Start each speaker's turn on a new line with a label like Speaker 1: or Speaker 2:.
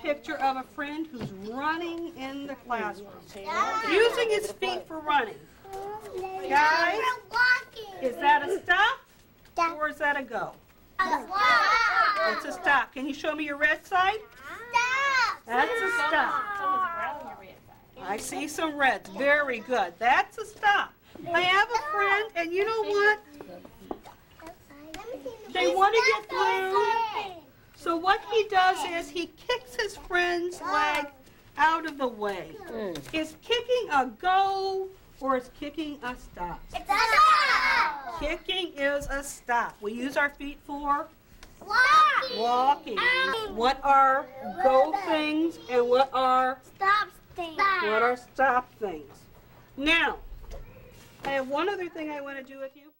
Speaker 1: picture of a friend who's running in the classroom, using his feet for running. Guys, is that a stop or is that a go? It's a stop. Can you show me your red side? That's a stop. I see some reds. Very good. That's a stop. I have a friend, and you know what? They want to get blue. So what he does is he kicks his friend's leg out of the way. Is kicking a go or is kicking a stop? Kicking is a stop. We use our feet for walking. What are go things and what are
Speaker 2: Stop staying.
Speaker 1: what are stop things? Now, I have one other thing I want to do with you.